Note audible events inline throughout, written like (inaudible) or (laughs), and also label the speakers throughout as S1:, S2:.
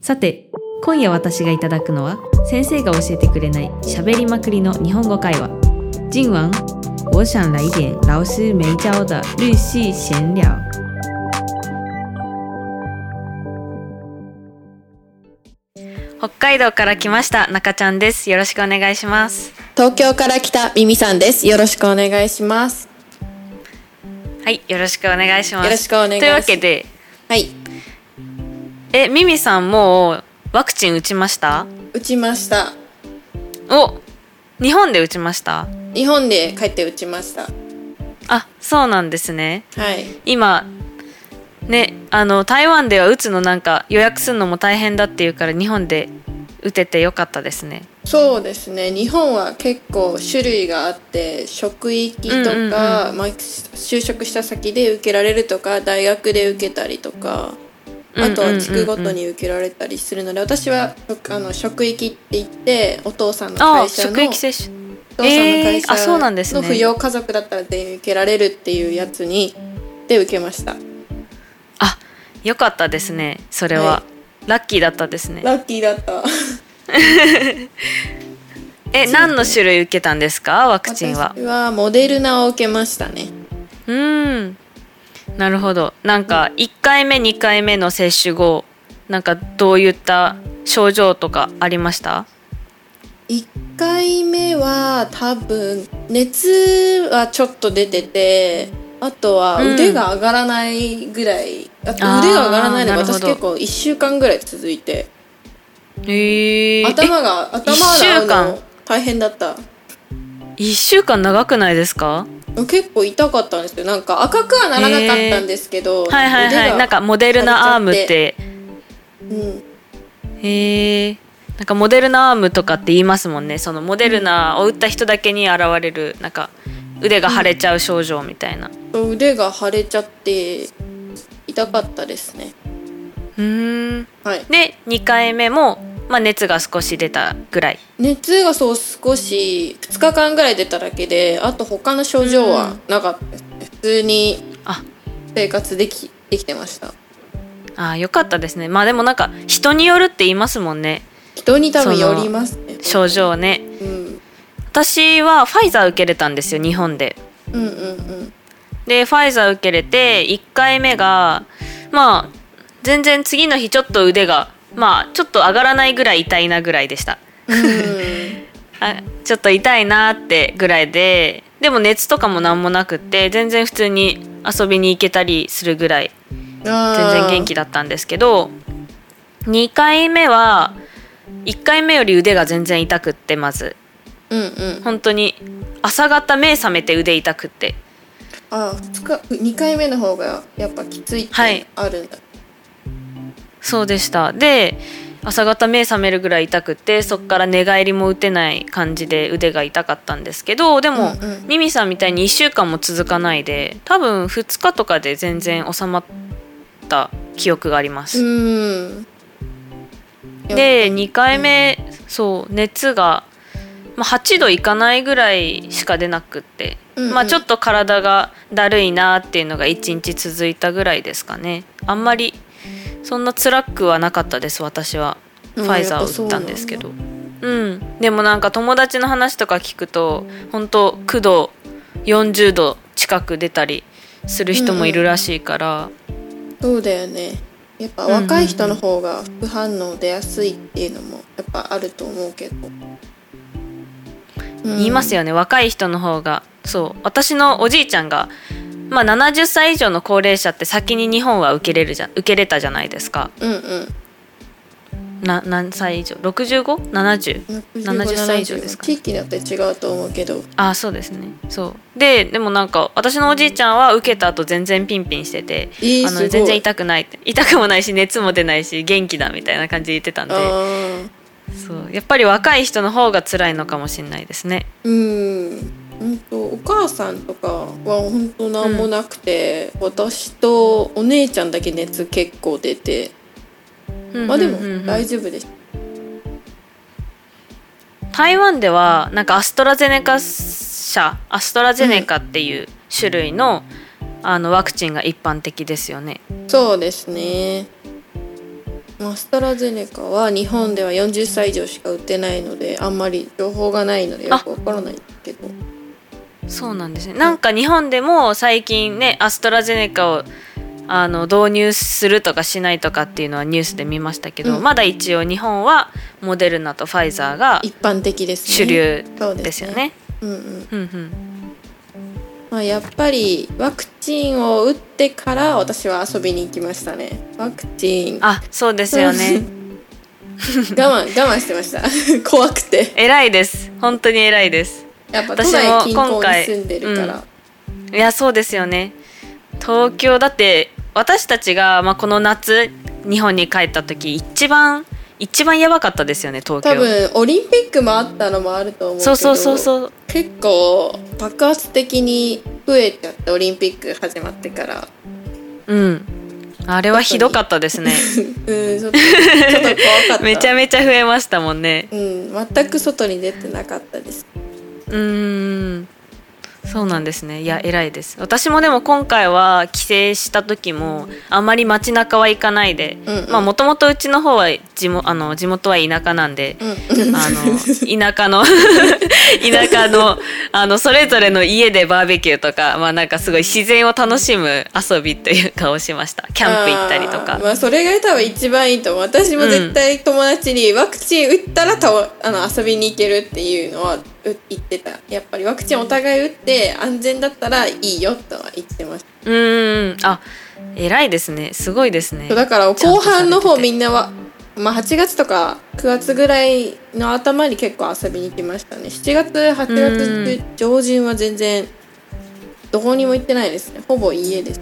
S1: さて今夜私がいただくのは先生が教えてくれない喋りまくりの日本語会話今晚我想来一点老师没教的日系闲聊北海道から来ました中ちゃんですよろしくお願いします
S2: 東京から来たミミさんです。よろしくお願いします。
S1: はいよろしくお願いします
S2: よろしくお願いします
S1: というわけで
S2: はい、
S1: えミミさんもうワクチン打ちました
S2: 打ちました。
S1: お日本で打ちました
S2: 日本で帰って打ちました。
S1: あそうなんですね
S2: はい、
S1: 今ねあの台湾では打つのなんか予約するのも大変だっていうから日本で打ててよかったですね
S2: そうですね。日本は結構種類があって、職域と
S1: うんうんうん
S2: か、まあ就職した先で受けられるとか、大学で受けたりとか、あ
S1: う
S2: と
S1: んうんうんう
S2: は
S1: ん
S2: 地区ごとに受けられたりするので、私はあの職域って言って、お父さんの
S1: あ
S2: 会社の
S1: 職域接種
S2: お父さんの会
S1: えーあそうなんです
S2: 社
S1: ね
S2: の扶養家族だったら全員受けられるっていうやつにで受けました。
S1: あよかったですねそれは、
S2: は
S1: ラッキーだったですね
S2: ラッキーだった。
S1: え何の種類受けたんですかワクチンは
S2: 私はモデルナを受けましたね。
S1: うーんなるほどなんか1回目2回目の接種後なんかどういった症状とかありました
S2: 1回目は多分熱はちょっと出ててあとは
S1: うん
S2: 腕が上がらないぐらい、あと
S1: あー
S2: 腕が上がらないのが
S1: なるほ
S2: 私
S1: ど
S2: 結構1週間ぐらい続いて
S1: ええ
S2: 頭が頭洗う
S1: 一週間
S2: の大変だった
S1: 1週間長くないですか
S2: 結構痛かったんですよなんか赤くはならなかったんですけど、
S1: はいはいはい
S2: 腕が
S1: なんかモデルナアームって
S2: うん、
S1: へえなんかモデルナアームとかって言いますもんねそのモデルナを打った人だけに現れるなんか腕が腫れちゃう症状みたいな
S2: 腕が腫れちゃって痛かったですね
S1: うん
S2: はい
S1: で2回目も、まあ、熱が少し出たぐらい
S2: 熱がそう少し2日間ぐらい出ただけであと他の症状はなかったですね、普通に
S1: あ
S2: 生活できできてました
S1: あーよかったですねまあでもなんか人によるって言いますもんね
S2: 人に多分よりますね
S1: 症、状ね
S2: うん、
S1: 私はファイザー受けれたんですよ日本で
S2: うんうん
S1: (laughs)
S2: うん
S1: でファイザー受けれて1回目がまあ全然次の日ちょっと腕がまあちょっと上がらないぐらい痛いなぐらいでした
S2: うん
S1: あちょっと痛いなってぐらいででも熱とかも何もなくって全然普通に遊びに行けたりするぐらい全然元気
S2: だ
S1: だったんですけど2回目は1回目より腕が全然痛くってまず
S2: うんうん
S1: 本当に朝方目覚めて腕痛くって
S2: あ2日2回目の方がやっぱきついって
S1: はい
S2: あるんだ、
S1: そうでしたで朝方目覚めるぐらい痛くてそっから寝返りも打てない感じで腕が痛かったんですけどでも、
S2: うんうん
S1: ミミさんみたいに1週間も続かないで多分2日とかで全然収まった記憶があります、
S2: うん
S1: で2回目、そう熱が、まあ、8度いかないぐらいしか出なくって、
S2: うんうん
S1: まあ、ちょっと体がだるいなっていうのが1日続いたぐらいですかねあんまりそんな辛くはなかったです私は
S2: う
S1: フ
S2: ん
S1: ァイザーを打ったんですけどうんでもなんか友達の話とか聞くと本当9度40度近く出たりする人もいるらしいから、
S2: そうだよねやっぱ若い人の方が副反応出やすいっていうのもやっぱあると思うけど、
S1: 言います
S2: よ
S1: よね若い人の方がそう私のおじいちゃんが、まあ、70歳以上の高齢者って先に日本は受けれるじゃ受けれたじゃないですか
S2: うんうん
S1: な何歳以上 65?70? 70歳以上ですか
S2: 地域によって違うと思うけど
S1: ああそうですねそうででもなんか私のおじいちゃんは受けた後全然ピンピンしてて、
S2: えー
S1: あ
S2: すご
S1: の
S2: い
S1: 全然痛くないって痛くもないし熱も出ないし元気だみたいな感じで言ってたんで
S2: ああ
S1: そうやっぱり若い人の方が辛いのかもしれないですね
S2: うん本当お母さんとかは本当なんもなくて、私とお姉ちゃんだけ熱結構出てまあでも
S1: うんうんうんうん
S2: 大丈夫でし
S1: 台湾ではなんかアストラゼネカ社アストラゼネカっていう種類の,、あのワクチンが一般的ですよね
S2: たそうですねアストラゼネカは日本では40歳以上しか売ってないのであんまり情報がないのでよくわからないんですけど
S1: そうなんですねなんか日本でも最近ねアストラゼネカをあの導入するとかしないとかっていうのはニュースで見ましたけど、
S2: うん
S1: まだ一応日本はモデルナとファイザーが
S2: 一般的です
S1: 主
S2: ね
S1: 流
S2: そう
S1: ですよね。
S2: うんうん
S1: うんうん
S2: まあ、やっぱりワクチンを打ってから私は遊びに行きましたねワクチン我
S1: あそうですよね。
S2: 慢 (laughs) 我慢してました (laughs) 怖くて
S1: 偉いです本当に偉いです。
S2: やっぱ都
S1: 私も
S2: 内近
S1: 今
S2: 郊に
S1: 回
S2: 住んでるから、
S1: うんいやそうですよね東京だって私たちが、まあ、この夏日本に帰った時一番一番やばかったですよね東京
S2: 多分オリンピックもあったのもあると思うけ
S1: そ
S2: ど
S1: うそうそうそう
S2: 結構爆発的に増えちゃってオリンピック始まってから (laughs)
S1: うんあれはひどかったです
S2: (laughs)
S1: ね
S2: うんちょっとちょっと怖かった
S1: (laughs) めちゃめちゃ増えましたもんね
S2: うん、全く外に出てなかったです
S1: うーんそうなんですねいや偉いです私もでも今回は帰省した時もあんまり街中は行かないで
S2: うんうん
S1: まあもともとうちの方は地もあの地元は田舎なんで、
S2: うんうん
S1: あの田舎の (laughs) 田舎のあのそれぞれの家でバーベキューとかまあなんかすごい自然を楽しむ遊びというかをしましたキャンプ行ったりと
S2: あ
S1: か
S2: ーまあ、それが多分一番いいと思う私も絶対友達にワクチン打ったらたあの遊びに行けるっていうのはう言ってたやっぱりワクチンお互い打って安全だったらいいよとは言ってまし
S1: うーんあ偉いですねすごいですね
S2: ただから
S1: ちゃん
S2: 後
S1: とされてて
S2: 半の方みんなは、まあ、8月とか9月ぐらいの頭に結構遊びに行きましたね7月8月中上旬は全然どこにも行ってないですねほぼ家です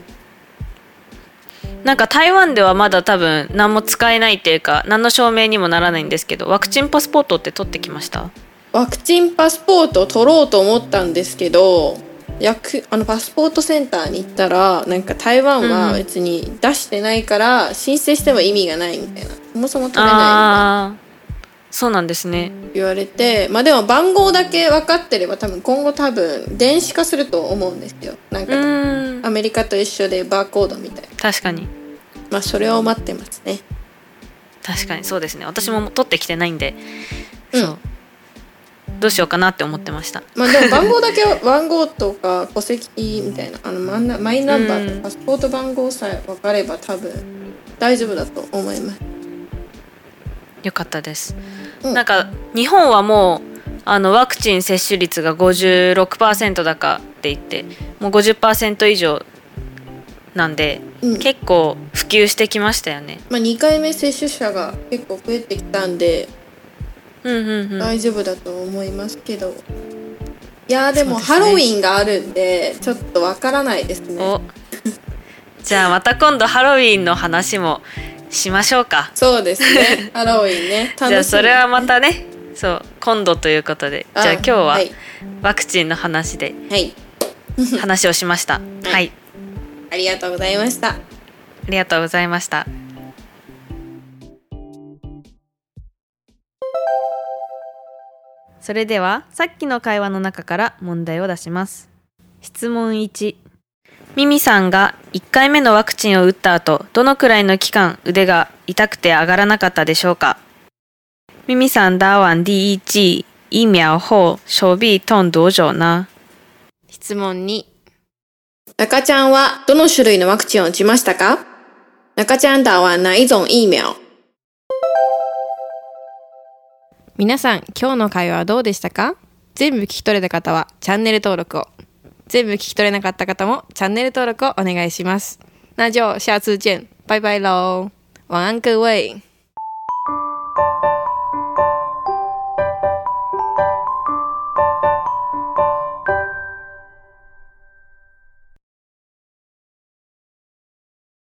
S1: なんか台湾ではまだ多分何も使えないっていうか何の証明にもならないんですけどワクチンパスポートって取ってきました
S2: ワクチンパスポートを取ろうと思ったんですけど薬あのパスポートセンターに行ったらなんか台湾は別に出してないから申請しても意味がないみたいなそもそも取れないみたいな
S1: ああそうなんですね
S2: 言われてまあでも番号だけ分かってれば多分今後多分電子化すると思うんですよなん
S1: う
S2: か
S1: ー
S2: ア
S1: ん
S2: メリカと一緒でバーコードみたいな
S1: 確かに
S2: まあそれを待ってますね
S1: 確かにそうですね私も取ってきてないんで、
S2: うん
S1: そうどうしようかなって思ってました
S2: まあでも番号だけ番号とか戸籍みたいなあのマンナマイナンバーと
S1: う
S2: か
S1: ん
S2: パスポート番号さえ分かれば多分大丈夫だと思います。
S1: よかったです、
S2: うん
S1: なんか日本はもうあのワクチン接種率が56%だかって言ってもう50%以上なんで、
S2: うん
S1: 結構普及してきましたよね
S2: まあ2回目接種者が結構増えてきたんで
S1: うんうんうん、
S2: 大丈夫だと思いますけど、いやーで
S1: そ
S2: も
S1: うですね
S2: ハロウィンがあるんでちょっとわからないですね。
S1: おじゃあまた今度ハロウィンの話もしましょうか
S2: そうです
S3: (laughs)
S2: ねハロウィンね楽しみ
S1: じゃあそれはまたねそう今度ということでじゃあ今日はいワクチンの話
S2: (laughs)
S1: で
S2: はい、
S1: 話をしましたはい
S2: ありがとうございました。
S1: ありがとうございましたそれではさっきの会話の中から問題を出します質問1ミミさんが1回目のワクチンを打った後どのくらいの期間腕が痛くて上がらなかったでしょうかミミさん打完第一剂疫苗后手臂痛多久呢質問2
S2: 中ちゃんはどの種類のワクチンを打ちましたか中ちゃん打完哪一种疫苗
S3: 皆さん今日の会話はどうでしたか全部聞き取れた方はチャンネル登録を全部聞き取れなかった方もチャンネル登録をお願いします那就下次见拜拜喽晚安各位